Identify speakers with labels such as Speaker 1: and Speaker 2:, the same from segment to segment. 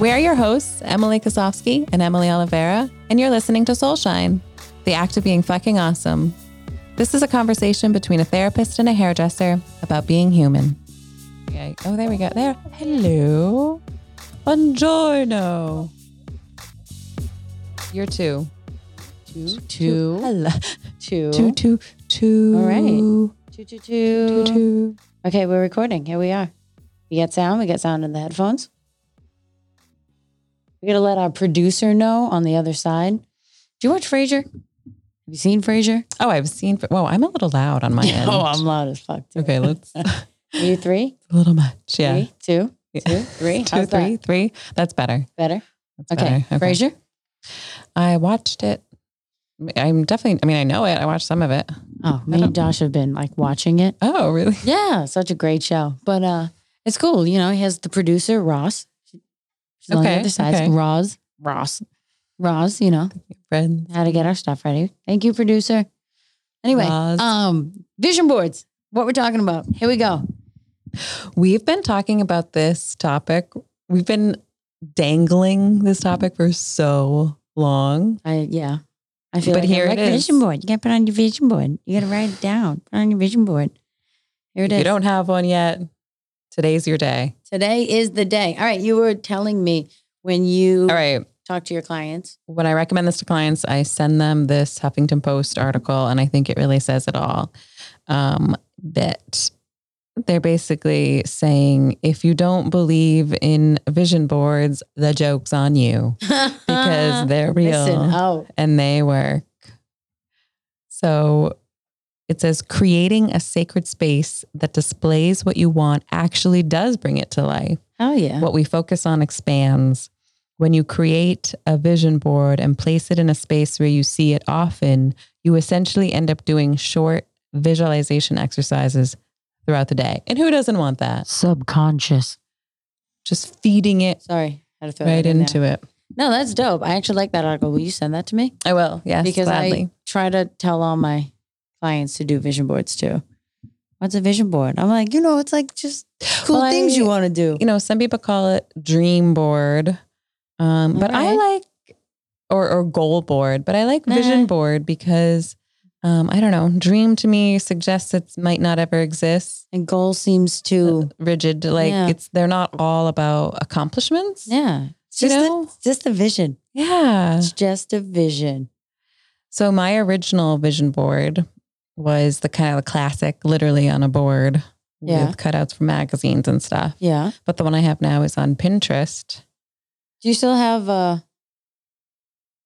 Speaker 1: We're your hosts, Emily Kosofsky and Emily Oliveira, and you're listening to Soulshine, the act of being fucking awesome. This is a conversation between a therapist and a hairdresser about being human. Okay. Oh, there we go. There. Hello. Buongiorno. You're two.
Speaker 2: Two,
Speaker 1: Two. Hello.
Speaker 2: two,
Speaker 1: Two, two, two.
Speaker 2: All right.
Speaker 1: Two,
Speaker 2: two, two, two.
Speaker 1: two.
Speaker 2: Okay, we're recording. Here we are. We got sound. We got sound in the headphones. We're gonna let our producer know on the other side. Do you watch Frasier? Have you seen Frasier?
Speaker 1: Oh, I've seen. Whoa, I'm a little loud on my end.
Speaker 2: Oh, I'm loud as fuck. Too.
Speaker 1: Okay, let's. a
Speaker 2: Are you three?
Speaker 1: little much. Yeah.
Speaker 2: Three, two,
Speaker 1: Yeah.
Speaker 2: two, three.
Speaker 1: Two,
Speaker 2: How's
Speaker 1: three,
Speaker 2: that?
Speaker 1: three. That's better.
Speaker 2: Better.
Speaker 1: That's
Speaker 2: Okay.
Speaker 1: better.
Speaker 2: Frasier.
Speaker 1: I watched it. I'm definitely, I mean, I know it. I watched some of it.
Speaker 2: Oh, me and Josh have been like watching it.
Speaker 1: Oh, really?
Speaker 2: Yeah, such a great show. But uh it's cool. You know, he has the producer, Ross. She's on the
Speaker 1: Okay,
Speaker 2: other side.
Speaker 1: okay.
Speaker 2: Roz. Ross. Roz, you know,
Speaker 1: Friends.
Speaker 2: how to get our stuff ready. Thank you, producer. Anyway,
Speaker 1: Roz.
Speaker 2: um, vision boards. What we're talking about. Here we go.
Speaker 1: We've been talking about this topic. We've been dangling this topic for so long.
Speaker 2: I yeah. I feel
Speaker 1: But
Speaker 2: like I
Speaker 1: here it
Speaker 2: like a vision
Speaker 1: is.
Speaker 2: board. You gotta put it on your vision board. You gotta write it down. Put it on your vision board. Here it
Speaker 1: If
Speaker 2: is.
Speaker 1: you don't have one yet, today's your day.
Speaker 2: Today is the day. All right. You were telling me when you
Speaker 1: All right.
Speaker 2: talk to your clients.
Speaker 1: When I recommend this to clients, I send them this Huffington Post article, and I think it really says it all. Um, that they're basically saying if you don't believe in vision boards, the joke's on you. because they're real
Speaker 2: Uh, Listen, oh,
Speaker 1: and they work. So it says creating a sacred space that displays what you want actually does bring it to life.
Speaker 2: oh yeah.
Speaker 1: What we focus on expands. When you create a vision board and place it in a space where you see it often, you essentially end up doing short visualization exercises throughout the day. And who doesn't want that?
Speaker 2: Subconscious.
Speaker 1: Just feeding it
Speaker 2: Sorry, had to throw
Speaker 1: right
Speaker 2: that in
Speaker 1: into
Speaker 2: there.
Speaker 1: it.
Speaker 2: No, that's dope. I actually like that article. Will you send that to me?
Speaker 1: I will. Yes,
Speaker 2: because
Speaker 1: gladly.
Speaker 2: I try to tell all my clients to do vision boards too. What's a vision board? I'm like, you know, it's like just cool
Speaker 1: Well,
Speaker 2: things
Speaker 1: I-
Speaker 2: you want to do.
Speaker 1: you know, some people call it dream board. Um, but I
Speaker 2: Alright.
Speaker 1: like or or goal board, but I like vision
Speaker 2: Uh-huh.
Speaker 1: board because um, I don't know, dream to me suggests it might not ever exist.
Speaker 2: And goal seems
Speaker 1: Uh,
Speaker 2: to,
Speaker 1: Rigid, like
Speaker 2: Yeah.
Speaker 1: it's they're not all about accomplishments.
Speaker 2: yeah, it's
Speaker 1: You
Speaker 2: just, a,
Speaker 1: know? Uh.
Speaker 2: it's just a vision.
Speaker 1: Yeah.
Speaker 2: It's just a vision.
Speaker 1: So my original vision board was the kind of the classic, literally on a board
Speaker 2: Yeah.
Speaker 1: with cutouts from magazines and stuff.
Speaker 2: Yeah.
Speaker 1: But the one I have now is on Pinterest.
Speaker 2: Do you still have uh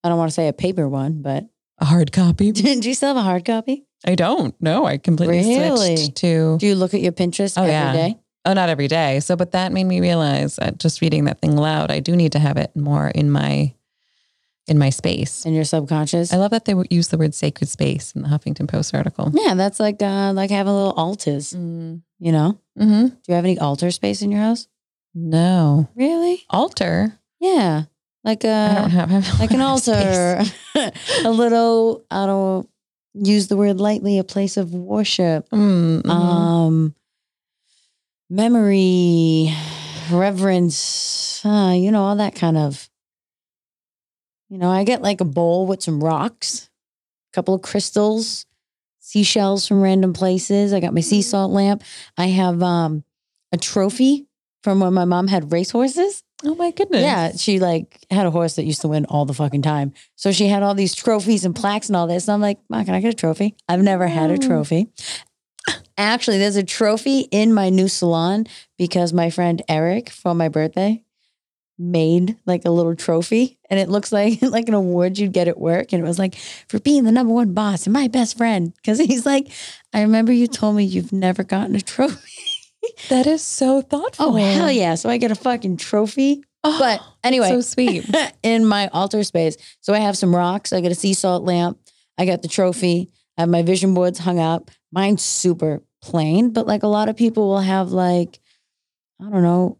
Speaker 2: I don't want to say a paper one, but
Speaker 1: A hard copy.
Speaker 2: do you still have a hard copy?
Speaker 1: I don't. No, I completely
Speaker 2: Really?
Speaker 1: switched to.
Speaker 2: Do you look at your Pinterest
Speaker 1: Oh,
Speaker 2: every day?
Speaker 1: yeah. Oh, not every day. So, but that made me realize uh, just reading that thing loud. I do need to have it more in my in my space.
Speaker 2: in your subconscious?
Speaker 1: I love that they would use the word sacred space in the Huffington Post article.
Speaker 2: yeah, that's like uh like having little altars, you know?
Speaker 1: Mm-hmm.
Speaker 2: Do you have any altar space in your house?
Speaker 1: No
Speaker 2: Really?
Speaker 1: altar.
Speaker 2: Yeah. Like
Speaker 1: I don't
Speaker 2: a
Speaker 1: have, have
Speaker 2: like an
Speaker 1: space.
Speaker 2: altar. a little I don't use the word lightly, a place of worship.
Speaker 1: Mm, mhm.
Speaker 2: Um memory, reverence, uh, you know, all that kind of you know, I get like a bowl with some rocks, a couple of crystals, seashells from random places. I got my sea salt lamp. I have um a trophy from when my mom had racehorses.
Speaker 1: oh my goodness.
Speaker 2: Yeah, she like had a horse that used to win all the fucking time. So she had all these trophies and plaques and all this. And I'm like, Ma, can I get a trophy? I've never had a
Speaker 1: Mm.
Speaker 2: trophy. Actually, there's a trophy in my new salon because my friend Eric for my birthday made like a little trophy and it looks like like an award you'd get at work and it was like for being the number one boss and my best friend because he's like I remember you told me you've never gotten a trophy
Speaker 1: that is so thoughtful.
Speaker 2: oh hell yeah so I get a fucking trophy
Speaker 1: Oh,
Speaker 2: but anyway
Speaker 1: so sweet.
Speaker 2: in my altar space. So I have some rocks. I got a sea salt lamp. I got the trophy. I have my vision boards hung up. Mine's super plain, but like a lot of people will have like, I don't know,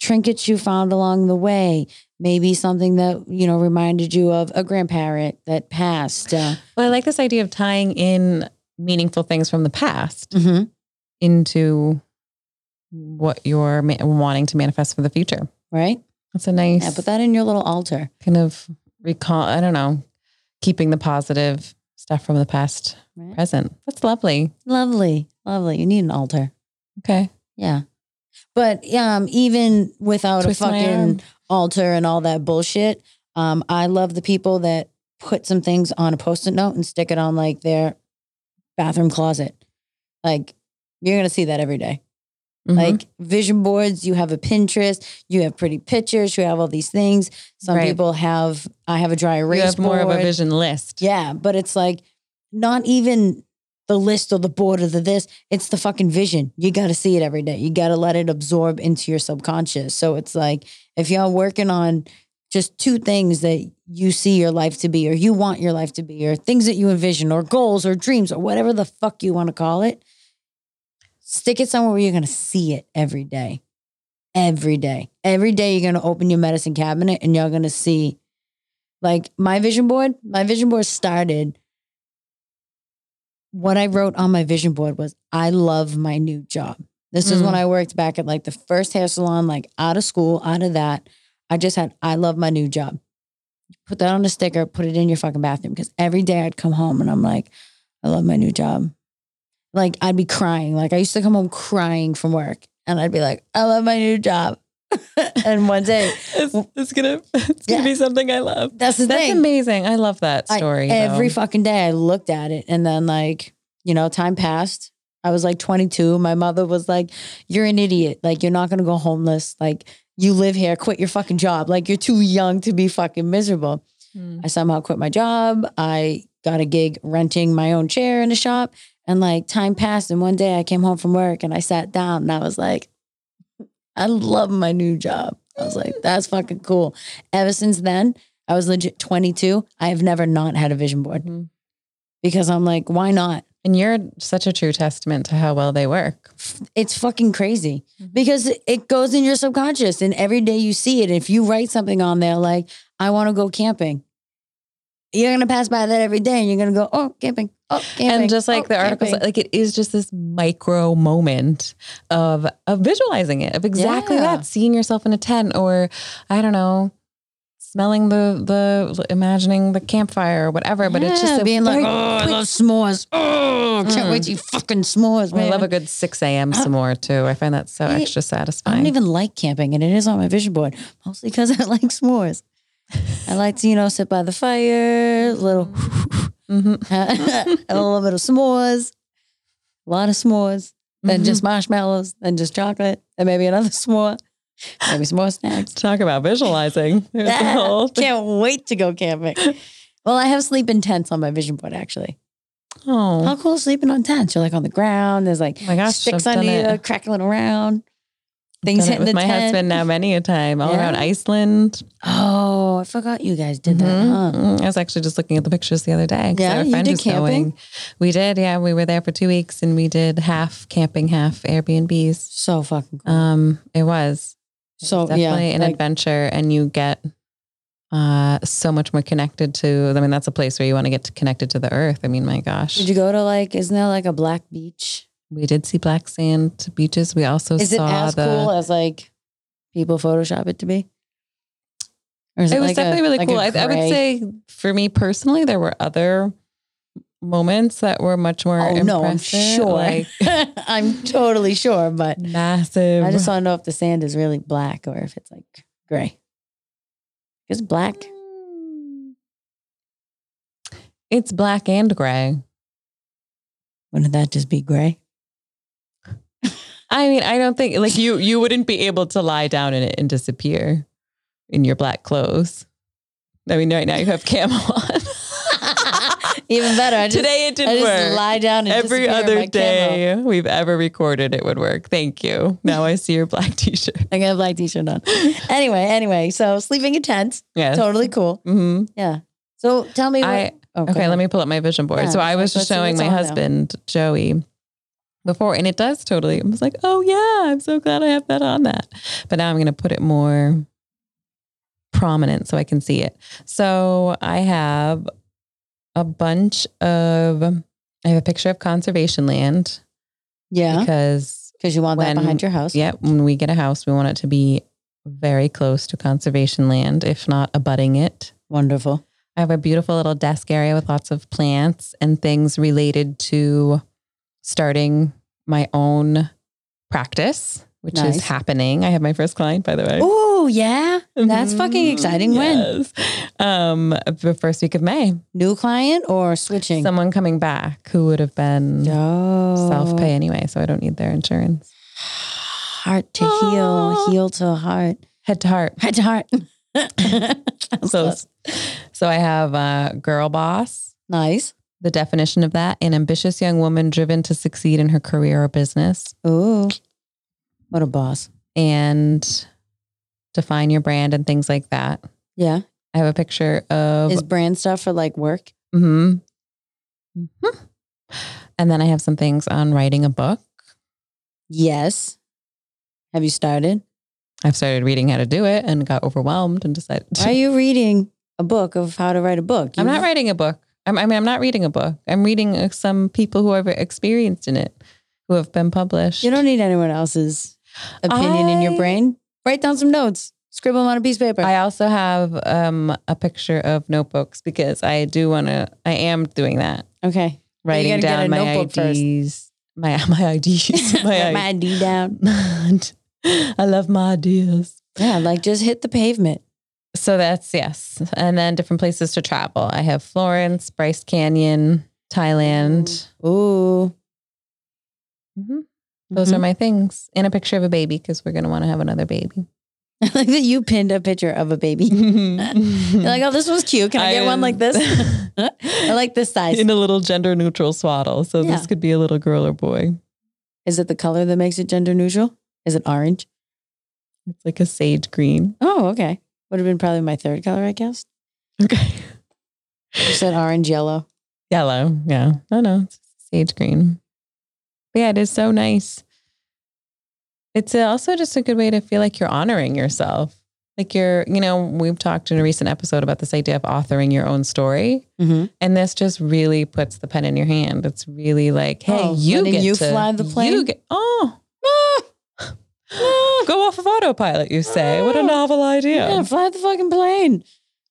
Speaker 2: trinkets you found along the way. Maybe something that, you know, reminded you of a grandparent that passed. Uh,
Speaker 1: Well, I like this idea of tying in meaningful things from the past.
Speaker 2: mhm.
Speaker 1: into what you're ma- wanting to manifest for the future.
Speaker 2: Right?
Speaker 1: That's a nice
Speaker 2: Yeah, put that in your little altar.
Speaker 1: kind of recall. I don't know, keeping the positive stuff from the past
Speaker 2: Right?
Speaker 1: present. That's lovely.
Speaker 2: Lovely, lovely. You need an altar.
Speaker 1: Okay.
Speaker 2: Yeah. But um, even without
Speaker 1: Twist
Speaker 2: a
Speaker 1: my arm.
Speaker 2: fucking altar and all that bullshit, um, I love the people that put some things on a post-it note and stick it on like their bathroom closet. Like you're gonna see that every day.
Speaker 1: Mhm.
Speaker 2: Like vision boards, you have a Pinterest, you have pretty pictures, you have all these things. Some
Speaker 1: Right.
Speaker 2: people have. I have a dry erase
Speaker 1: you have more of
Speaker 2: board.
Speaker 1: a vision list.
Speaker 2: Yeah, but it's like not even the list or the board or the this. It's the fucking vision. You got to see it every day. You got to let it absorb into your subconscious. So it's like if y'all working on just two things that you see your life to be or you want your life to be or things that you envision or goals or dreams or whatever the fuck you want to call it, stick it somewhere where you're going to see it every day. Every day. Every day you're going to open your medicine cabinet and you're going to see like my vision board, my vision board started. What I wrote on my vision board was, I love my new job. This is when I worked back at like the first hair salon, like out of school, out of that. I just had, I love my new job. Put that on a sticker, put it in your fucking bathroom. Cause every day I'd come home and I'm like, I love my new job. Like I'd be crying. Like I used to come home crying from work and I'd be like, I love my new job. and one day,
Speaker 1: It's, it's gonna it's gonna
Speaker 2: Yeah.
Speaker 1: be something I love.
Speaker 2: that's the
Speaker 1: That's
Speaker 2: thing.
Speaker 1: amazing. I love that
Speaker 2: I-
Speaker 1: story.
Speaker 2: every
Speaker 1: though.
Speaker 2: fucking day I looked at it and then like, you know, time passed. I was like 22. My mother was like, "You're an idiot. Like you're not going to go homeless. Like you live here, quit your fucking job. Like you're too young to be fucking miserable."
Speaker 1: Mm.
Speaker 2: I somehow quit my job. I got a gig renting my own chair in a shop and like time passed and one day I came home from work and I sat down and I was like, "I love my new job." I was like, "That's fucking cool." Ever since then, I was legit 22. I have never not had a vision board
Speaker 1: Mhm.
Speaker 2: because I'm like, why not?
Speaker 1: And you're such a true testament to how well they work.
Speaker 2: It's fucking crazy
Speaker 1: Mhm.
Speaker 2: because it goes in your subconscious and every day you see it. If you write something on there like, I want to go camping, you're going to pass by that every day and you're going to go, oh, camping. Oh, camping.
Speaker 1: and just like
Speaker 2: oh,
Speaker 1: the articles,
Speaker 2: camping."
Speaker 1: like it is just this micro moment of of visualizing it, of exactly
Speaker 2: Yeah.
Speaker 1: that, seeing yourself in a tent, or I don't know, smelling the the imagining the campfire or whatever. but it's
Speaker 2: Yeah,
Speaker 1: just a
Speaker 2: being like,
Speaker 1: very
Speaker 2: oh, I
Speaker 1: quick-
Speaker 2: love s'mores. Oh, can't
Speaker 1: Mm.
Speaker 2: wait to eat fucking s'mores, man.
Speaker 1: I love a good six a.m. some more too. I find that so
Speaker 2: Uh, I-
Speaker 1: extra
Speaker 2: I
Speaker 1: satisfying.
Speaker 2: don't even like camping, and it is on my vision board mostly because I like s'mores. I like to, you know, sit by the fire, little,
Speaker 1: Mhm.
Speaker 2: a little bit of s'mores, a lot of s'mores, then
Speaker 1: Mhm.
Speaker 2: just marshmallows, then just chocolate, and maybe another s'more, maybe some more snacks.
Speaker 1: talk about visualizing. There's the whole thing.
Speaker 2: Can't wait to go camping. Well, I have sleeping tents on my vision board actually.
Speaker 1: Oh.
Speaker 2: How cool is sleeping on tents? You're like on the ground. There's like
Speaker 1: Oh my gosh,
Speaker 2: sticks
Speaker 1: I've
Speaker 2: under
Speaker 1: done
Speaker 2: you,
Speaker 1: it.
Speaker 2: crackling around.
Speaker 1: Done
Speaker 2: Things
Speaker 1: it
Speaker 2: hitting
Speaker 1: with
Speaker 2: the
Speaker 1: my
Speaker 2: tent.
Speaker 1: husband now many a time, all
Speaker 2: Yeah.
Speaker 1: around Iceland.
Speaker 2: Oh, I forgot you guys did that.
Speaker 1: Mhm.
Speaker 2: Huh?
Speaker 1: Mhm. I was actually just looking at the pictures the other day. 'cause
Speaker 2: Yeah,
Speaker 1: I have a
Speaker 2: you
Speaker 1: friend
Speaker 2: did
Speaker 1: who's
Speaker 2: camping?
Speaker 1: going. We did, yeah. We were there for two weeks and we did half camping, half Airbnbs.
Speaker 2: So fucking cool.
Speaker 1: Um, it was It was
Speaker 2: so Oh, yeah,
Speaker 1: definitely an
Speaker 2: like,
Speaker 1: adventure, and you get uh so much more connected to. I mean, that's a place where you want to get connected to the earth. I mean, my gosh,
Speaker 2: did you go to like? Isn't there like a black beach?
Speaker 1: we did see black sand beaches. We also
Speaker 2: Is it
Speaker 1: saw
Speaker 2: as
Speaker 1: the.
Speaker 2: cool as like people Photoshop it to be? Or is
Speaker 1: it was
Speaker 2: like a-
Speaker 1: definitely really
Speaker 2: like a
Speaker 1: cool. I, I would
Speaker 2: gray-
Speaker 1: say for me personally, there were other moments that were much more.
Speaker 2: Oh
Speaker 1: impressive,
Speaker 2: no, I'm sure.
Speaker 1: Like
Speaker 2: I'm totally sure, but
Speaker 1: massive.
Speaker 2: I just want to know if the sand is really black or if it's like gray. It's black.
Speaker 1: It's black and gray.
Speaker 2: Wouldn't that just be gray?
Speaker 1: I mean, I don't think like you you wouldn't be able to lie down in it and disappear in your black clothes. I mean, right now you have camo on.
Speaker 2: Even better. I just,
Speaker 1: Today it
Speaker 2: I
Speaker 1: didn't
Speaker 2: just
Speaker 1: work.
Speaker 2: lie down and
Speaker 1: Every
Speaker 2: disappear in my
Speaker 1: other
Speaker 2: camo.
Speaker 1: day we've ever recorded, it would work. Thank you. Now I see your black t-shirt.
Speaker 2: I got a black t-shirt on. Anyway, anyway, so sleeping in tents,
Speaker 1: Yeah.
Speaker 2: totally cool.
Speaker 1: hmm
Speaker 2: Yeah. So tell me what.
Speaker 1: I
Speaker 2: oh, go
Speaker 1: Okay,
Speaker 2: ahead.
Speaker 1: let me pull up my vision board.
Speaker 2: Yeah,
Speaker 1: so I was
Speaker 2: let's-
Speaker 1: just
Speaker 2: let's see
Speaker 1: showing
Speaker 2: what's
Speaker 1: my
Speaker 2: on there.
Speaker 1: husband Joey before, and it does totally. I was like, oh yeah, I'm so glad I have that on that. But now I'm going to put it more prominent so I can see it. So I have a bunch of. I have a picture of conservation land
Speaker 2: Yeah,
Speaker 1: because
Speaker 2: because you want that
Speaker 1: when-
Speaker 2: behind your house.
Speaker 1: yeah, when we get a house, we want it to be very close to conservation land, if not abutting it.
Speaker 2: Wonderful.
Speaker 1: I have a beautiful little desk area with lots of plants and things related to starting my own practice, which
Speaker 2: Nice.
Speaker 1: is happening. I have my first client, by the way.
Speaker 2: Oh, yeah. That's fucking
Speaker 1: Mhm.
Speaker 2: exciting. When?
Speaker 1: Yes. Um, the first week of May.
Speaker 2: New client or switching?
Speaker 1: Someone coming back who would have been
Speaker 2: oh.
Speaker 1: self pay anyway, so I don't need their insurance.
Speaker 2: Heart to
Speaker 1: Oh.
Speaker 2: heal, heal to heart,
Speaker 1: Head to heart.
Speaker 2: heart to heart.
Speaker 1: So,
Speaker 2: so
Speaker 1: so I have uh, Girl Boss,
Speaker 2: nice.
Speaker 1: the definition of that, an ambitious young woman driven to succeed in her career or business,
Speaker 2: Ooh, what a boss.
Speaker 1: and define your brand and things like that.
Speaker 2: Yeah.
Speaker 1: I have a picture of,
Speaker 2: Is brand stuff for like work?
Speaker 1: Mhm. Mhm. and then I have some things on writing a book.
Speaker 2: Yes. Have you started?
Speaker 1: I've started reading how to do it and got overwhelmed and decided.
Speaker 2: Why are you reading a book of how to write a book?
Speaker 1: I'm not
Speaker 2: You've-
Speaker 1: writing a book. I'm, I mean, I'm not reading a book. I'm reading uh, some people who have experienced in it, who have been published.
Speaker 2: You don't need anyone else's opinion in your
Speaker 1: I-
Speaker 2: brain. Write down some notes. Scribble them on a piece of paper.
Speaker 1: I also have um, a picture of notebooks because I do want to. I am doing that,
Speaker 2: okay. Well, you
Speaker 1: writing
Speaker 2: gotta get a
Speaker 1: down my
Speaker 2: notebook first.
Speaker 1: IDs, my my IDs,
Speaker 2: Write my
Speaker 1: my,
Speaker 2: ID down.
Speaker 1: ID. I love my ideas.
Speaker 2: Yeah, like just hit the pavement.
Speaker 1: So that's yes, and then different places to travel. I have Florence, Bryce Canyon, Thailand.
Speaker 2: Ooh. Mm-hmm.
Speaker 1: Mhm. Those are my things, and a picture of a baby because we're gonna want to have another baby.
Speaker 2: I like that you pinned a picture of a baby. You're like, oh, this one's cute. Can Mm-hmm. I, get one like this? I like this size.
Speaker 1: uh, in a little gender neutral swaddle. So
Speaker 2: Yeah.
Speaker 1: this could be a little girl or boy.
Speaker 2: Is it the color that makes it gender neutral? Is it orange?
Speaker 1: It's like a sage green.
Speaker 2: Oh, okay. Would have been probably my third color, I guess.
Speaker 1: Okay.
Speaker 2: You said orange, yellow.
Speaker 1: Yellow. Yeah. No, no. It's sage green. But yeah, it is so nice. It's also just a good way to feel like you're honoring yourself. Like you're, you know, we've talked in a recent episode about this idea of authoring your own story.
Speaker 2: Mm-hmm.
Speaker 1: And this just really puts the pen in your hand. It's really like, hey,
Speaker 2: Oh,
Speaker 1: you
Speaker 2: letting
Speaker 1: get
Speaker 2: you
Speaker 1: to-
Speaker 2: fly the plane?
Speaker 1: You get, oh, go off of autopilot, you say. What a novel idea.
Speaker 2: Yeah, fly the fucking plane.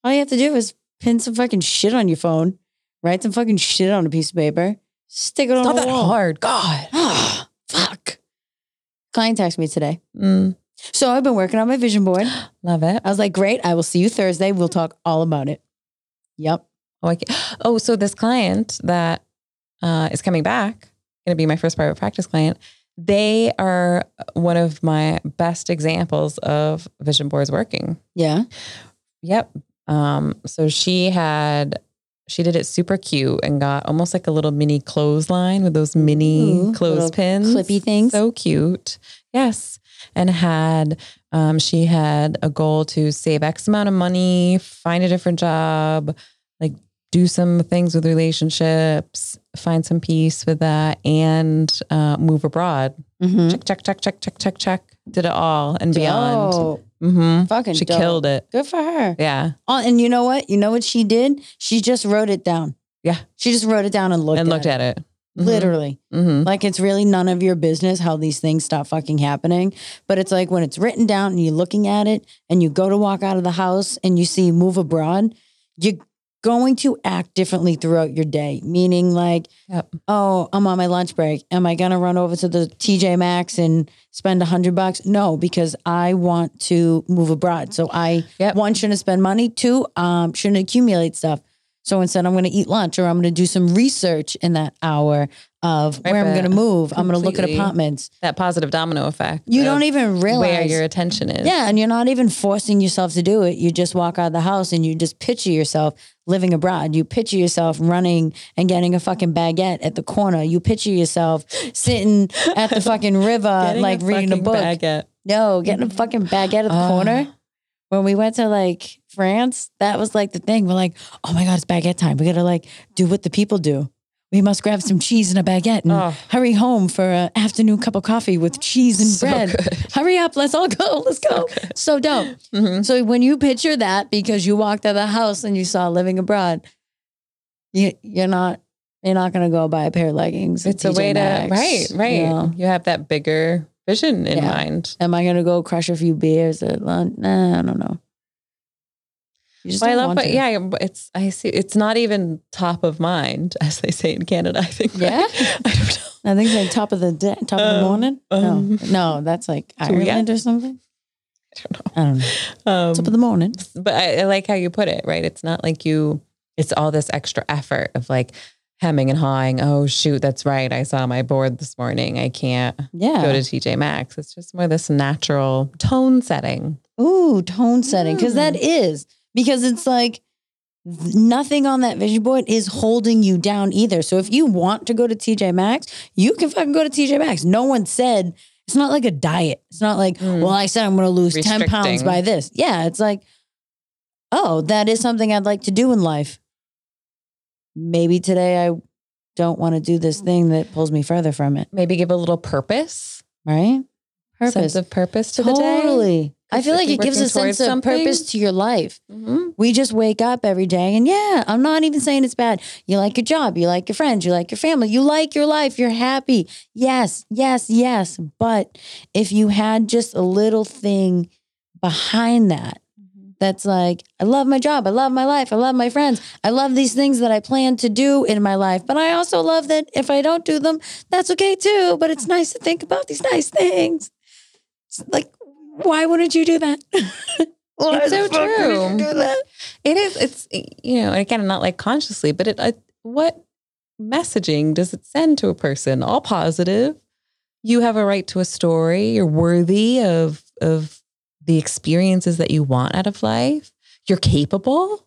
Speaker 2: All you have to do is pin some fucking shit on your phone, write some fucking shit on a piece of paper, stick it on
Speaker 1: It's not
Speaker 2: the
Speaker 1: that
Speaker 2: wall.
Speaker 1: hard. God.
Speaker 2: Ah, fuck. Client texted me today.
Speaker 1: Mm,
Speaker 2: So I've been working on my vision board.
Speaker 1: love it.
Speaker 2: I was like, great. I will see you Thursday. We'll talk all about it. Yep.
Speaker 1: Oh, I ca- oh, so this client that uh, is coming back, going to be my first private practice client, they are uh, one of my best examples of vision boards working.
Speaker 2: Yeah.
Speaker 1: Yep. Um, so she had, she did it super cute and got almost like a little mini clothesline with those
Speaker 2: Ooh,
Speaker 1: mini
Speaker 2: little
Speaker 1: clothespins.
Speaker 2: clippy things.
Speaker 1: So cute. Yes. And had, um, she had a goal to save X amount of money, find a different job, like do some things with relationships, find some peace with that, and uh, move abroad.
Speaker 2: Mm-hmm.
Speaker 1: Check, check, check, check, check, check, check. Did it all and beyond. hmm
Speaker 2: fucking
Speaker 1: She
Speaker 2: dope.
Speaker 1: killed it.
Speaker 2: Good for her.
Speaker 1: Yeah.
Speaker 2: Oh, and you know what? You know what she did? She just wrote it down.
Speaker 1: Yeah.
Speaker 2: She just wrote it down and looked
Speaker 1: and
Speaker 2: at
Speaker 1: looked
Speaker 2: it.
Speaker 1: at it.
Speaker 2: Literally.
Speaker 1: Mm-hmm.
Speaker 2: Like it's really none of your business how these things stop fucking happening. But it's like when it's written down and you're looking at it and you go to walk out of the house and you see move abroad, you're going to act differently throughout your day. Meaning like,
Speaker 1: Yep.
Speaker 2: oh, I'm on my lunch break. Am I gonna run over to the TJ Maxx and spend a hundred bucks? No, because I want to move abroad. So I
Speaker 1: Yep.
Speaker 2: one shouldn't spend money. Two, um, shouldn't accumulate stuff. So instead, I'm going to eat lunch, or I'm going to do some research in that hour of
Speaker 1: Right,
Speaker 2: where I'm
Speaker 1: but
Speaker 2: going to move. I'm going to look at
Speaker 1: completely.
Speaker 2: apartments.
Speaker 1: That positive domino effect.
Speaker 2: You
Speaker 1: of
Speaker 2: don't even
Speaker 1: where
Speaker 2: realize,
Speaker 1: your attention is.
Speaker 2: yeah, and you're not even forcing yourself to do it. You just walk out of the house and you just picture yourself living abroad. You picture yourself running and getting a fucking baguette at the corner. You picture yourself sitting at the fucking river,
Speaker 1: Getting
Speaker 2: like reading a
Speaker 1: fucking
Speaker 2: book.
Speaker 1: baguette.
Speaker 2: No, getting a fucking baguette at the
Speaker 1: Ah.
Speaker 2: corner. When we went to like France, that was like the thing. We're like, oh my God, it's baguette time. We gotta like do what the people do. We must grab some cheese and a baguette and
Speaker 1: Oh.
Speaker 2: hurry home for an afternoon cup of coffee with cheese and
Speaker 1: So
Speaker 2: bread.
Speaker 1: good.
Speaker 2: Hurry up, let's all go. Let's go. So dope.
Speaker 1: Mhm.
Speaker 2: So when you picture that because you walked out of the house and you saw living abroad, you you're not you're not gonna go buy a pair of leggings. at
Speaker 1: It's a
Speaker 2: TJ
Speaker 1: way to
Speaker 2: Maxx,
Speaker 1: right, right.
Speaker 2: you know?
Speaker 1: You have that bigger vision in
Speaker 2: Yeah.
Speaker 1: mind.
Speaker 2: Am I gonna go crush a few beers at lunch? Nah, I don't know. You just
Speaker 1: Well, I
Speaker 2: don't
Speaker 1: love,
Speaker 2: want
Speaker 1: but
Speaker 2: to.
Speaker 1: yeah, but it's I see. It's not even top of mind, as they say in Canada. I think. right?
Speaker 2: Yeah?
Speaker 1: I don't know.
Speaker 2: I think it's like top of the day, top of
Speaker 1: Um,
Speaker 2: the morning.
Speaker 1: um,
Speaker 2: no, no, that's like
Speaker 1: So, yeah.
Speaker 2: Ireland or something.
Speaker 1: I don't know.
Speaker 2: I don't know.
Speaker 1: Um,
Speaker 2: Top of the morning.
Speaker 1: but I, I like how you put it, right? It's not like you, it's all this extra effort of like hemming and hawing. Oh, shoot, that's right. I saw my board this morning. I can't
Speaker 2: Yeah.
Speaker 1: go to TJ Maxx. It's just more this natural tone setting.
Speaker 2: Ooh, tone setting. Because that
Speaker 1: Mm.
Speaker 2: is, because it's like nothing on that vision board is holding you down either. So if you want to go to TJ Maxx, you can fucking go to TJ Maxx. No one said, it's not like a diet. It's not like,
Speaker 1: Mm.
Speaker 2: well, I said I'm going to lose 10 pounds
Speaker 1: Restricting.
Speaker 2: by this. Yeah. It's like, oh, that is something I'd like to do in life. Maybe today I don't want to do
Speaker 1: Mm.
Speaker 2: this thing that pulls me further from it.
Speaker 1: Maybe give a little purpose,
Speaker 2: Right?
Speaker 1: sense of purpose to the day.
Speaker 2: totally. I feel
Speaker 1: Consistently
Speaker 2: like it gives a
Speaker 1: working towards
Speaker 2: sense of
Speaker 1: something.
Speaker 2: purpose to your life.
Speaker 1: Mhm.
Speaker 2: We just wake up every day and yeah, I'm not even saying it's bad. You like your job, you like your friends, you like your family, you like your life, you're happy. Yes, yes, yes. But if you had just a little thing behind that, that's like, I love my job, I love my life, I love my friends, I love these things that I plan to do in my life. But I also love that if I don't do them, that's okay too. But it's nice to think about these nice things. It's like, why wouldn't you do that? Why
Speaker 1: It's
Speaker 2: the
Speaker 1: so
Speaker 2: fuck wouldn't you
Speaker 1: true.
Speaker 2: do that?
Speaker 1: It is, it's, you know, and again, not like consciously, but it, uh, what messaging does it send to a person? All positive. You have a right to a story. You're worthy of, of the experiences that you want out of life. You're capable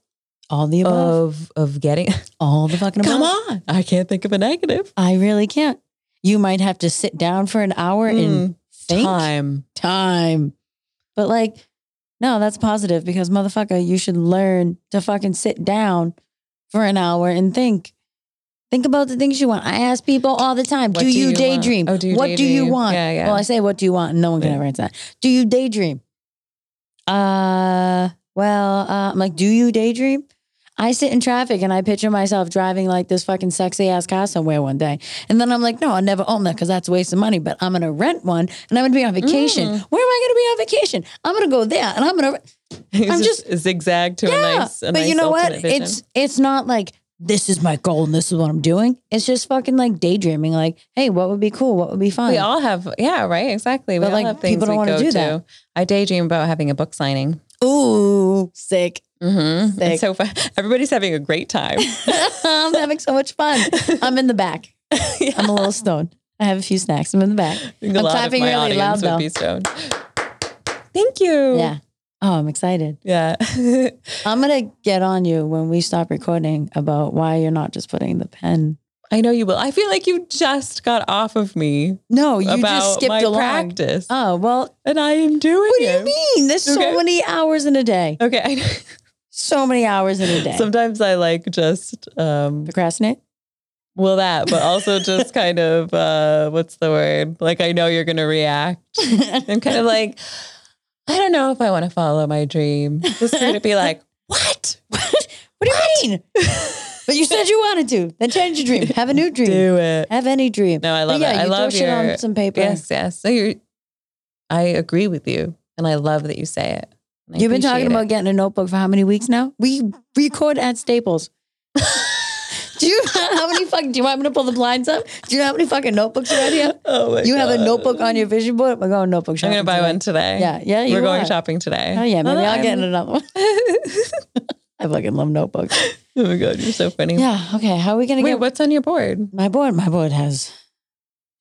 Speaker 2: All the above.
Speaker 1: of, of getting,
Speaker 2: all the fucking above.
Speaker 1: Uh, come on. I can't think of a negative.
Speaker 2: I really can't. You might have to sit down for an hour and
Speaker 1: Mm,
Speaker 2: think time.
Speaker 1: time.
Speaker 2: But like, no, that's positive because motherfucker, you should learn to fucking sit down for an hour and think. Think about the things you want. I ask people all the time,
Speaker 1: What
Speaker 2: do, you,
Speaker 1: want?
Speaker 2: daydream?
Speaker 1: Oh, do you
Speaker 2: what do you
Speaker 1: daydream?
Speaker 2: want?
Speaker 1: Yeah, yeah.
Speaker 2: Well, I say, what do you want? And no one can
Speaker 1: Yeah.
Speaker 2: ever answer that. Do you daydream? Uh, well, uh, I'm like, do you daydream? I sit in traffic and I picture myself driving like this fucking sexy ass car somewhere one day. And then I'm like, no, I'll never own that because that's a waste of money, but I'm going to rent one and I'm going to be on vacation.
Speaker 1: Mm.
Speaker 2: Where am I going to be on vacation? I'm going to go there and I'm going to.
Speaker 1: I'm
Speaker 2: just-
Speaker 1: just, zigzag to a nice, a
Speaker 2: but
Speaker 1: nice
Speaker 2: you know what?
Speaker 1: alternate vision.
Speaker 2: It's it's not like this is my goal and this is what I'm doing. It's just fucking like daydreaming, like, hey, what would be cool? What would be fun?
Speaker 1: we all have, yeah, right, exactly.
Speaker 2: But,
Speaker 1: we
Speaker 2: like,
Speaker 1: all have things
Speaker 2: people don't
Speaker 1: we
Speaker 2: wanna
Speaker 1: go
Speaker 2: do
Speaker 1: to.
Speaker 2: that.
Speaker 1: I daydream about having a book signing.
Speaker 2: Ooh, sick.
Speaker 1: Mm-hmm.
Speaker 2: Sick.
Speaker 1: It's so fun. Everybody's having a great time.
Speaker 2: I'm having so much fun. I'm in the back.
Speaker 1: Yeah.
Speaker 2: I'm a little stoned. I have a few snacks. I'm in the back.
Speaker 1: I think a
Speaker 2: I'm
Speaker 1: lot of
Speaker 2: clapping
Speaker 1: my
Speaker 2: really
Speaker 1: audience
Speaker 2: loud,
Speaker 1: would
Speaker 2: though.
Speaker 1: be stoned. Thank you.
Speaker 2: Yeah. Oh, I'm excited.
Speaker 1: Yeah.
Speaker 2: I'm gonna get on you when we stop recording about why you're not just putting the pen.
Speaker 1: I know you will. I feel like you just got off of me
Speaker 2: No, you
Speaker 1: about
Speaker 2: just skipped
Speaker 1: my
Speaker 2: along.
Speaker 1: practice.
Speaker 2: Oh well.
Speaker 1: and I am doing
Speaker 2: What do
Speaker 1: it.
Speaker 2: you mean? There's so
Speaker 1: Okay.
Speaker 2: many hours in a day.
Speaker 1: Okay. I know.
Speaker 2: So many hours in a day.
Speaker 1: Sometimes I like just um
Speaker 2: Procrastinate.
Speaker 1: well that, but also just kind of uh what's the word? Like I know you're gonna react. I'm kind of like, I don't know if I want to follow my dream. Just for you to be like, what?
Speaker 2: What do you mean? but you said you wanted to. Then change your dream. Have a new dream.
Speaker 1: Do it.
Speaker 2: Have any dream.
Speaker 1: No, I love
Speaker 2: but yeah,
Speaker 1: it. I
Speaker 2: you throw
Speaker 1: love
Speaker 2: shit
Speaker 1: your
Speaker 2: on some paper.
Speaker 1: yes, yes. So you, I agree with you, and I love that you say it. And I
Speaker 2: You've been talking
Speaker 1: appreciate
Speaker 2: about getting a notebook for how many weeks now? We record at Staples. do you how many fucking do you want me to pull the blinds up? Do you know how many fucking notebooks are out
Speaker 1: it.
Speaker 2: here?
Speaker 1: Oh my
Speaker 2: You have a
Speaker 1: God.
Speaker 2: notebook on your vision board? We're going notebook
Speaker 1: I'm
Speaker 2: shopping.
Speaker 1: gonna buy
Speaker 2: today.
Speaker 1: one today.
Speaker 2: Yeah, yeah, you
Speaker 1: we're going
Speaker 2: are.
Speaker 1: shopping today.
Speaker 2: Oh yeah, maybe
Speaker 1: Although
Speaker 2: I'll get
Speaker 1: I'm-
Speaker 2: another one. I fucking love notebooks.
Speaker 1: Oh my god, you're so funny.
Speaker 2: Yeah, okay. How are we gonna
Speaker 1: Wait,
Speaker 2: get
Speaker 1: what's on your board?
Speaker 2: my board? My board has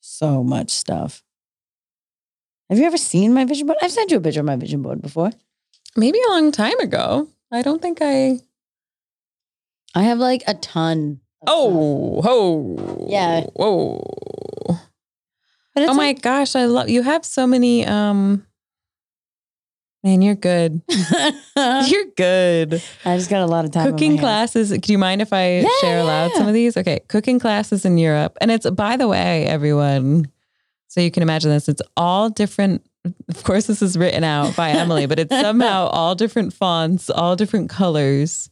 Speaker 2: so much stuff. Have you ever seen my vision board? I've sent you a picture of my vision board before.
Speaker 1: Maybe a long time ago. I don't think I.
Speaker 2: I have like a ton. of stuff.
Speaker 1: Oh, ho.
Speaker 2: Yeah.
Speaker 1: Whoa.
Speaker 2: But it's
Speaker 1: oh my gosh, I love you have so many um Man, you're good.
Speaker 2: I
Speaker 1: You're good.
Speaker 2: just got a lot of time. on my
Speaker 1: Cooking
Speaker 2: hands.
Speaker 1: classes. Do you mind if I
Speaker 2: Yeah,
Speaker 1: share aloud
Speaker 2: yeah.
Speaker 1: some of these? Okay. Cooking classes in Europe. And it's by the way, everyone. So you can imagine this. It's all different. Of course, this is written out by Emily, but it's somehow all different fonts, all different colors.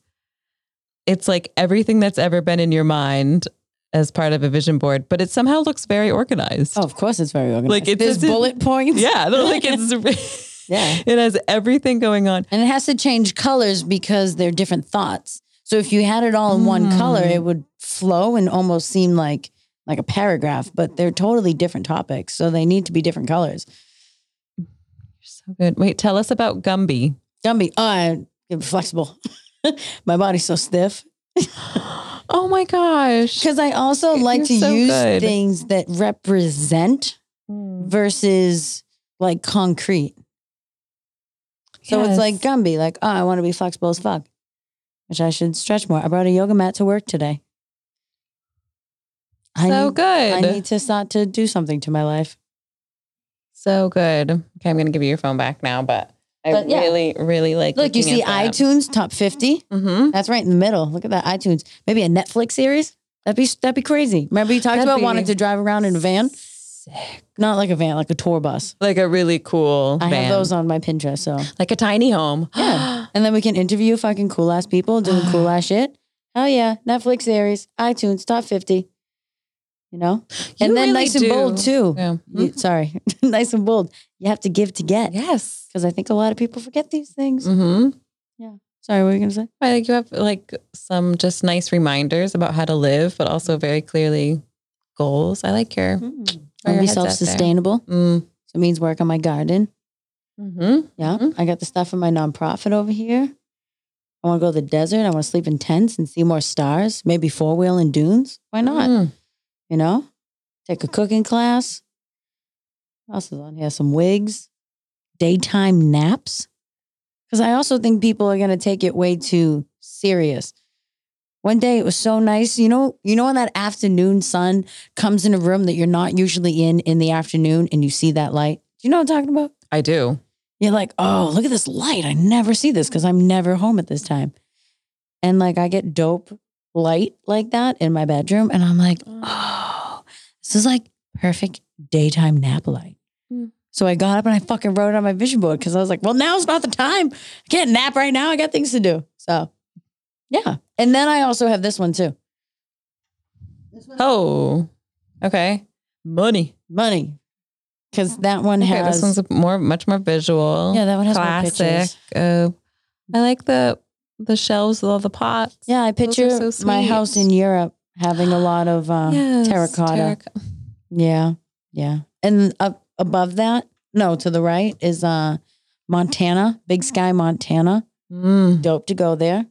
Speaker 1: It's like everything that's ever been in your mind as part of a vision board, but it somehow looks very organized.
Speaker 2: Oh, of course, it's very organized.
Speaker 1: Like,
Speaker 2: Like
Speaker 1: it's-
Speaker 2: there's
Speaker 1: it's in-
Speaker 2: bullet points.
Speaker 1: Yeah, they're like it's
Speaker 2: yeah.
Speaker 1: it has everything going on.
Speaker 2: And it has to change colors because they're different thoughts. So if you had it all in one color,
Speaker 1: Mm.
Speaker 2: it would flow and almost seem like like a paragraph, but they're totally different topics. So they need to be different colors.
Speaker 1: So good. Wait, tell us about Gumby.
Speaker 2: Gumby, oh, I- I'm flexible. My body's so stiff.
Speaker 1: Oh my gosh.
Speaker 2: Because I also
Speaker 1: You're
Speaker 2: like to
Speaker 1: so
Speaker 2: use
Speaker 1: good.
Speaker 2: things that represent Hmm. versus like concrete. So it's like
Speaker 1: Yes.
Speaker 2: Gumby, like, oh, I want to be flexible as fuck, which I should stretch more. I brought a yoga mat to work today. I
Speaker 1: so
Speaker 2: need,
Speaker 1: good.
Speaker 2: I need to start to do something to my life.
Speaker 1: so good. Okay, I'm going to give you your phone back now, but I
Speaker 2: But yeah.
Speaker 1: really, really like
Speaker 2: Look, you see iTunes top 50.
Speaker 1: Mm-hmm.
Speaker 2: That's right in the middle. Look at that iTunes. Maybe a Netflix series. That'd be that'd be crazy. Remember you talked
Speaker 1: That'd
Speaker 2: about
Speaker 1: be-
Speaker 2: wanting to drive around in a van? Not like a van, like a tour bus.
Speaker 1: Like a really cool.
Speaker 2: I
Speaker 1: van.
Speaker 2: have those on my Pinterest. So
Speaker 1: Like a tiny home.
Speaker 2: Yeah. And then we can interview fucking cool ass people doing cool ass shit. Oh yeah, Netflix series, iTunes top fifty. You know, and
Speaker 1: You
Speaker 2: then
Speaker 1: really
Speaker 2: nice and
Speaker 1: do.
Speaker 2: bold too.
Speaker 1: Yeah. Mm-hmm.
Speaker 2: You- sorry, nice and bold. You have to give to get
Speaker 1: Yes.
Speaker 2: because I think a lot of people forget these things.
Speaker 1: Mm-hmm.
Speaker 2: Sorry, what were you gonna say?
Speaker 1: I think you have like some just nice reminders about how to live, but also very clearly goals. I like your.
Speaker 2: I
Speaker 1: where
Speaker 2: want
Speaker 1: Mm-hmm. your
Speaker 2: to be
Speaker 1: head's at there.
Speaker 2: self sustainable.
Speaker 1: Mm.
Speaker 2: So it means work on my garden.
Speaker 1: hmm
Speaker 2: Yeah, I got the stuff in my nonprofit over here. I want to go to the desert. I want to sleep in tents and see more stars. Maybe four wheel and dunes. Why not?
Speaker 1: Mm.
Speaker 2: you know, take a cooking class. Also, on here some wigs, daytime naps. Because I also think people are going to take it way too serious. One day it was so nice, you know, you know when that afternoon sun comes in a room that you're not usually in in the afternoon, and you see that light. Do you know what I'm talking about?
Speaker 1: I do.
Speaker 2: You're like, oh, look at this light. I never see this because I'm never home at this time. And like, I get dope light like that in my bedroom. And I'm like,
Speaker 1: Mm.
Speaker 2: oh, this is like perfect daytime nap light.
Speaker 1: Mm.
Speaker 2: So I got up and I fucking wrote it on my vision board because I was like, well, now's not the time. I can't nap right now. I got things to do. So yeah. And then I also have this one too
Speaker 1: Oh, okay. Money.
Speaker 2: money. Because that one
Speaker 1: Oh, Okay,
Speaker 2: has,
Speaker 1: this one's a more, much more visual.
Speaker 2: yeah, that one has more
Speaker 1: classic.
Speaker 2: pictures.
Speaker 1: Uh, I like the the shelves with all the pots.
Speaker 2: Yeah, I
Speaker 1: Those are
Speaker 2: picture
Speaker 1: so
Speaker 2: my
Speaker 1: sweet.
Speaker 2: house in Europe having a lot of um,
Speaker 1: Yes,
Speaker 2: terracotta.
Speaker 1: terraco-
Speaker 2: yeah, yeah. And up above that, no, to the right is uh, Montana, Big Sky, Montana.
Speaker 1: Mm.
Speaker 2: Dope to go there.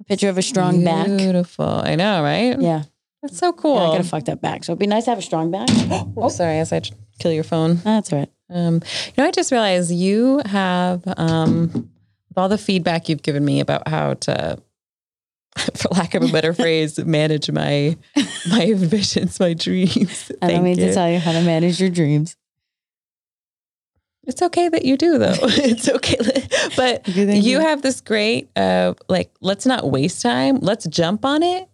Speaker 2: A picture of a strong back.
Speaker 1: Beautiful. I know, right?
Speaker 2: Yeah,
Speaker 1: That's so cool.
Speaker 2: yeah, I got a fucked up back, so it'd be nice to have a strong back.
Speaker 1: oh, sorry. As I tr- kill your phone.
Speaker 2: That's right.
Speaker 1: Um, you know, I just realized you have, um, with all the feedback you've given me about how to, for lack of a better phrase, manage my my visions, my dreams.
Speaker 2: I don't
Speaker 1: Thank
Speaker 2: mean
Speaker 1: you.
Speaker 2: to tell you how to manage your dreams.
Speaker 1: It's okay that you do though. it's okay, but
Speaker 2: You,
Speaker 1: you have this great uh like let's not waste time let's jump on it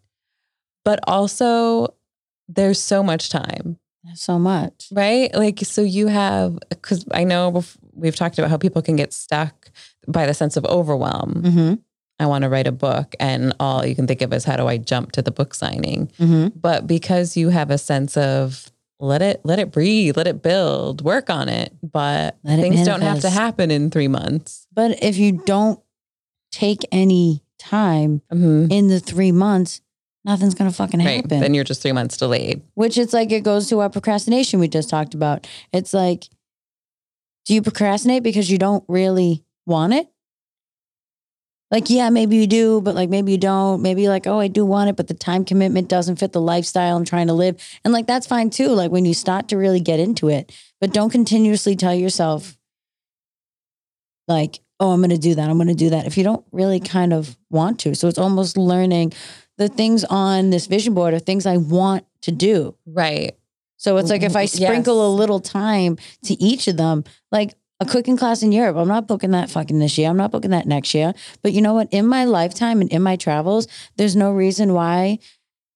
Speaker 1: but also there's so much time
Speaker 2: so much.
Speaker 1: right like so you have because i know bef- we've talked about how people can get stuck by the sense of overwhelm
Speaker 2: hmm
Speaker 1: i want to write a book and all you can think of is how do i jump to the book signing
Speaker 2: hmm
Speaker 1: but because you have a sense of let it let it breathe let it build work on it but
Speaker 2: Let it
Speaker 1: things don't have to
Speaker 2: manifest.
Speaker 1: happen in three months
Speaker 2: But if you don't take any time
Speaker 1: Mhm.
Speaker 2: in the three months, nothing's gonna fucking
Speaker 1: right
Speaker 2: Mm-hmm. happen.
Speaker 1: then you're just three months delayed
Speaker 2: Which it's like it goes to our procrastination we just talked about. It's like, do you procrastinate because you don't really want it? Like, yeah, maybe you do, but like maybe you don't. Maybe you're like, oh, I do want it, but the time commitment doesn't fit the lifestyle I'm trying to live. And like that's fine too. Like when you start to really get into it, but don't continuously tell yourself, like, oh, I'm gonna do that, I'm gonna do that. If you don't really kind of want to. So it's almost learning the things on this vision board are things I want to do.
Speaker 1: right
Speaker 2: So it's like if I
Speaker 1: Mm-hmm. Yes.
Speaker 2: sprinkle a little time to each of them, like a cooking class in Europe, I'm not booking that fucking this year. I'm not booking that next year. But you know what? In my lifetime and in my travels, there's no reason why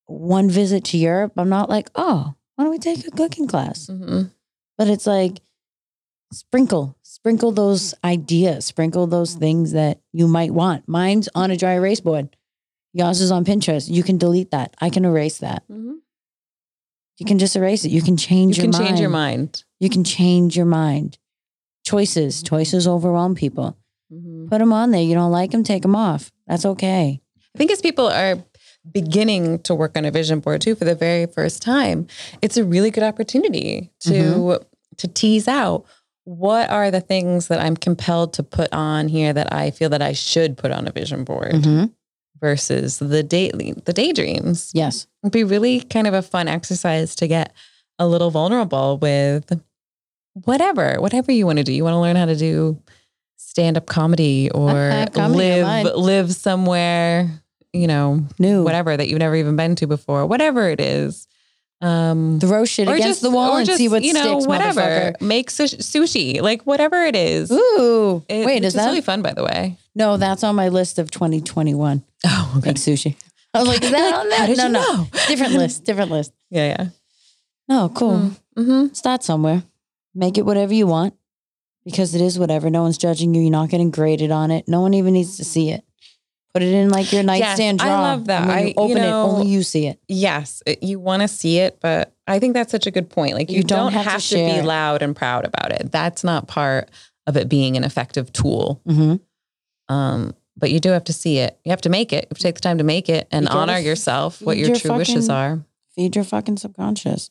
Speaker 2: one visit to Europe, I'm not like, oh, why don't we take a cooking class?
Speaker 1: Mm-hmm.
Speaker 2: But it's like sprinkle, sprinkle those ideas, sprinkle those
Speaker 1: Mm-hmm.
Speaker 2: things that you might want. Mine's on a dry erase board. Yours is on Pinterest. You can delete that. I can erase that. You can just erase it. You can change
Speaker 1: Mm-hmm. you
Speaker 2: your
Speaker 1: can
Speaker 2: mind.
Speaker 1: change your mind.
Speaker 2: You can change your mind. Choices. Choices overwhelm people.
Speaker 1: Mm-hmm.
Speaker 2: Put them on there. You don't like them, take them off. That's okay.
Speaker 1: I think as people are beginning to work on a vision board too for the very first time, it's a really good opportunity to
Speaker 2: Mm-hmm.
Speaker 1: to tease out what are the things that I'm compelled to put on here that I feel that I should put on a vision board
Speaker 2: Mhm.
Speaker 1: versus the daily the daydreams.
Speaker 2: Yes.
Speaker 1: It'd be really kind of a fun exercise to get a little vulnerable with whatever, whatever you want to do. You want to learn how to do stand up comedy or
Speaker 2: Stand-up comedy, I
Speaker 1: live
Speaker 2: like.
Speaker 1: live somewhere, you know,
Speaker 2: New.
Speaker 1: whatever that you've never even been to before, whatever it is. Um,
Speaker 2: Throw shit
Speaker 1: or
Speaker 2: against
Speaker 1: just-
Speaker 2: the wall
Speaker 1: or
Speaker 2: and
Speaker 1: just,
Speaker 2: see what
Speaker 1: you know,
Speaker 2: sticks,
Speaker 1: whatever. Make su- sushi, like whatever it is.
Speaker 2: motherfucker. Ooh.
Speaker 1: It-
Speaker 2: Wait,
Speaker 1: which
Speaker 2: is that?
Speaker 1: really fun, by the way?
Speaker 2: no, that's on my list of 2021.
Speaker 1: Oh,
Speaker 2: Like sushi. I was like, is that on
Speaker 1: How
Speaker 2: that?
Speaker 1: did
Speaker 2: No,
Speaker 1: you
Speaker 2: no.
Speaker 1: know?
Speaker 2: Different list. Different list.
Speaker 1: Yeah, yeah.
Speaker 2: Oh, cool.
Speaker 1: Mm-hmm.
Speaker 2: Start somewhere. Make it whatever you want because it is whatever. No one's judging you. You're not getting graded on it. No one even needs to see it. Put it in like your nightstand
Speaker 1: I
Speaker 2: drawer.
Speaker 1: love that.
Speaker 2: And when
Speaker 1: I-
Speaker 2: you
Speaker 1: you
Speaker 2: open
Speaker 1: know,
Speaker 2: it, only you see it.
Speaker 1: Yes, it, you want to see it, but I think that's such a good point. Like you, don't, have, to,
Speaker 2: share
Speaker 1: be
Speaker 2: it.
Speaker 1: loud and proud about it. That's not part of it being an effective tool.
Speaker 2: Mm-hmm.
Speaker 1: Um, but you do have to see it. You have to make it. You have to take the time to make it and
Speaker 2: You gotta
Speaker 1: honor
Speaker 2: f-
Speaker 1: yourself, what
Speaker 2: feed
Speaker 1: your,
Speaker 2: your
Speaker 1: true wishes
Speaker 2: fucking
Speaker 1: are,
Speaker 2: Feed your fucking subconscious.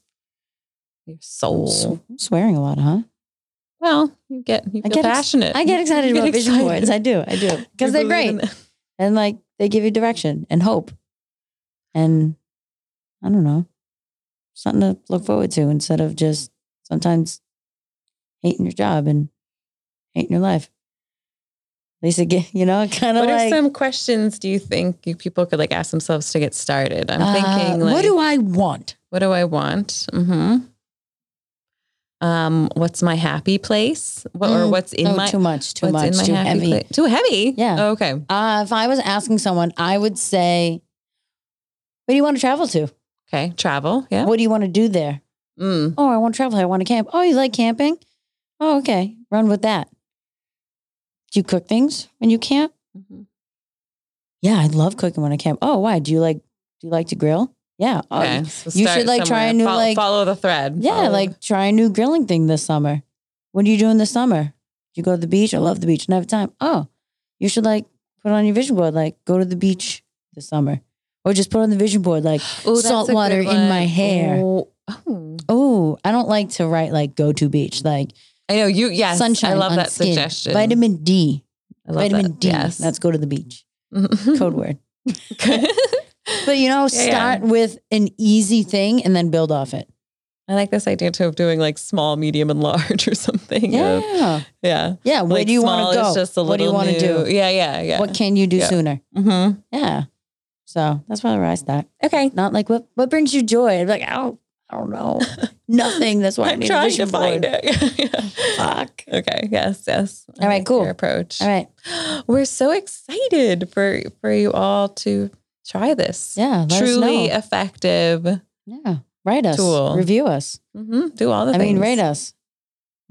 Speaker 1: your
Speaker 2: I'm
Speaker 1: soul.
Speaker 2: s- I'm swearing a lot, huh?
Speaker 1: Well, you get you
Speaker 2: I
Speaker 1: feel
Speaker 2: get ex-
Speaker 1: passionate.
Speaker 2: I get excited
Speaker 1: You
Speaker 2: about vision
Speaker 1: excited.
Speaker 2: boards. I do. I do. Because
Speaker 1: You
Speaker 2: they're
Speaker 1: believe
Speaker 2: great.
Speaker 1: in it.
Speaker 2: and like they give you direction and hope. And I don't know, something to look forward to instead of just sometimes hating your job and hating your life. At least it get, you know, kind of
Speaker 1: What are
Speaker 2: like.
Speaker 1: some questions do you think you, people could like ask themselves to get started? I'm
Speaker 2: uh,
Speaker 1: thinking like
Speaker 2: what do I want?
Speaker 1: What do I want? hmm Um, what's my happy place? What, or
Speaker 2: Mm,
Speaker 1: what's in
Speaker 2: No,
Speaker 1: my
Speaker 2: too much, too
Speaker 1: what's
Speaker 2: much,
Speaker 1: in my
Speaker 2: too
Speaker 1: happy
Speaker 2: heavy.
Speaker 1: pla- too heavy.
Speaker 2: Yeah.
Speaker 1: Oh, okay.
Speaker 2: Uh, if I was asking someone, I would say, "What do you want to travel to?
Speaker 1: Okay. Travel. Yeah.
Speaker 2: What do you want to do there?
Speaker 1: Mm.
Speaker 2: Oh, I want to travel. I want to camp. Oh, you like camping? Oh, okay. Run with that. Do you cook things when you camp?
Speaker 1: Mm-hmm.
Speaker 2: oh, Yeah, I love cooking when I camp. Oh, why? Do you like do you like to grill? Yeah. Oh,
Speaker 1: Okay. so
Speaker 2: you should,
Speaker 1: start
Speaker 2: like,
Speaker 1: somewhere.
Speaker 2: try a new,
Speaker 1: Fol-
Speaker 2: like-
Speaker 1: follow the thread. Oh.
Speaker 2: Yeah,
Speaker 1: Follow-
Speaker 2: like try a new grilling thing this summer. What are you doing this summer? Do you go to the beach? I love the beach. Never time. Oh, you should like put on your vision board, like go to the beach this summer. Or just put on the vision board, like,
Speaker 1: Ooh, that's
Speaker 2: salt
Speaker 1: a good
Speaker 2: water in my
Speaker 1: one.
Speaker 2: hair.
Speaker 1: Ooh. Oh.
Speaker 2: oh, I don't like to write like go to beach, like
Speaker 1: I know you. Yes.
Speaker 2: sunshine.
Speaker 1: I love
Speaker 2: on
Speaker 1: that
Speaker 2: skin.
Speaker 1: suggestion.
Speaker 2: Vitamin D.
Speaker 1: I love
Speaker 2: vitamin
Speaker 1: that.
Speaker 2: D.
Speaker 1: Yes.
Speaker 2: Let's go to the beach. Code word.
Speaker 1: I
Speaker 2: But you know,
Speaker 1: Yeah, yeah.
Speaker 2: start with an easy thing and then build off it.
Speaker 1: like this idea too of doing like small, medium, and large or something.
Speaker 2: Yeah.
Speaker 1: of-
Speaker 2: Yeah.
Speaker 1: yeah.
Speaker 2: where do you want to
Speaker 1: small
Speaker 2: go?
Speaker 1: is Just a
Speaker 2: what do you
Speaker 1: little
Speaker 2: want to
Speaker 1: new-
Speaker 2: do?
Speaker 1: Yeah, yeah, yeah.
Speaker 2: What can you do
Speaker 1: Yeah.
Speaker 2: sooner?
Speaker 1: Mhm.
Speaker 2: Yeah. So that's why I start.
Speaker 1: Okay.
Speaker 2: Not like what what brings you joy? I'd be like, oh, I don't know. Nothing. That's why I
Speaker 1: I'm
Speaker 2: need a
Speaker 1: trying to
Speaker 2: vision
Speaker 1: find
Speaker 2: board.
Speaker 1: it.
Speaker 2: Fuck.
Speaker 1: Okay. Yes. Yes. I
Speaker 2: All right,
Speaker 1: your
Speaker 2: cool.
Speaker 1: approach.
Speaker 2: All right.
Speaker 1: We're so excited for for you all to try this.
Speaker 2: Yeah. Let
Speaker 1: Truly
Speaker 2: Us
Speaker 1: effective.
Speaker 2: know. Yeah. Write us.
Speaker 1: tool.
Speaker 2: Review us.
Speaker 1: hmm Do all the
Speaker 2: Mm-hmm. I
Speaker 1: things.
Speaker 2: mean, rate us.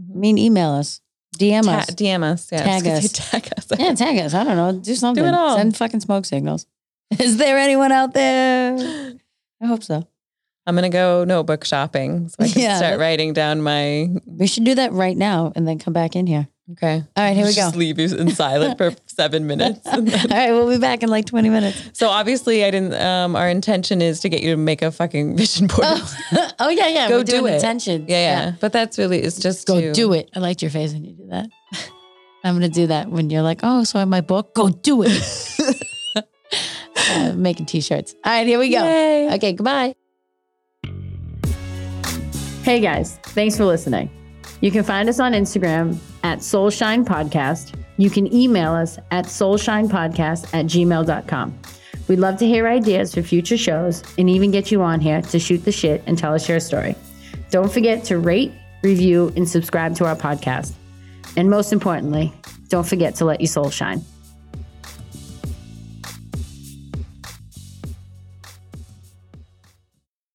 Speaker 1: Mhm.
Speaker 2: I mean, email us. DM
Speaker 1: Ta-
Speaker 2: us.
Speaker 1: DM us. Yes.
Speaker 2: Tag
Speaker 1: 'cause you
Speaker 2: us.
Speaker 1: Tag us.
Speaker 2: Yeah, tag us. I don't know. Do something.
Speaker 1: all.
Speaker 2: Send fucking smoke signals. Is there anyone out there? I hope so.
Speaker 1: I'm gonna go notebook shopping so I can
Speaker 2: Yeah,
Speaker 1: start
Speaker 2: let's-
Speaker 1: writing down my.
Speaker 2: We should do that right now and then come back in here.
Speaker 1: Okay.
Speaker 2: All right, here we go.
Speaker 1: Just leave you in silent for seven minutes.
Speaker 2: All
Speaker 1: and then-
Speaker 2: right, we'll be back in like 20 minutes.
Speaker 1: So obviously, I didn't. Um, our intention is to get you to make a fucking vision board.
Speaker 2: Oh, oh yeah, yeah.
Speaker 1: Go
Speaker 2: we're doing
Speaker 1: do it.
Speaker 2: Attention.
Speaker 1: yeah, yeah, But that's really it's just
Speaker 2: Go
Speaker 1: to,
Speaker 2: do it. I liked your face when you did that. I'm going to do that when you're like, oh, so in my book, go do it. Uh, making t shirts. All right, here we go.
Speaker 1: Yay.
Speaker 2: Okay, goodbye.
Speaker 3: Hey guys, thanks for listening. You can find us on Instagram at Soulshine Podcast. You can email us at soulshinepodcast at gmail.com. We'd love to hear ideas for future shows and even get you on here to shoot the shit and tell us your story. Don't forget to rate, review, and subscribe to our podcast. And most importantly, don't forget to let your soul shine.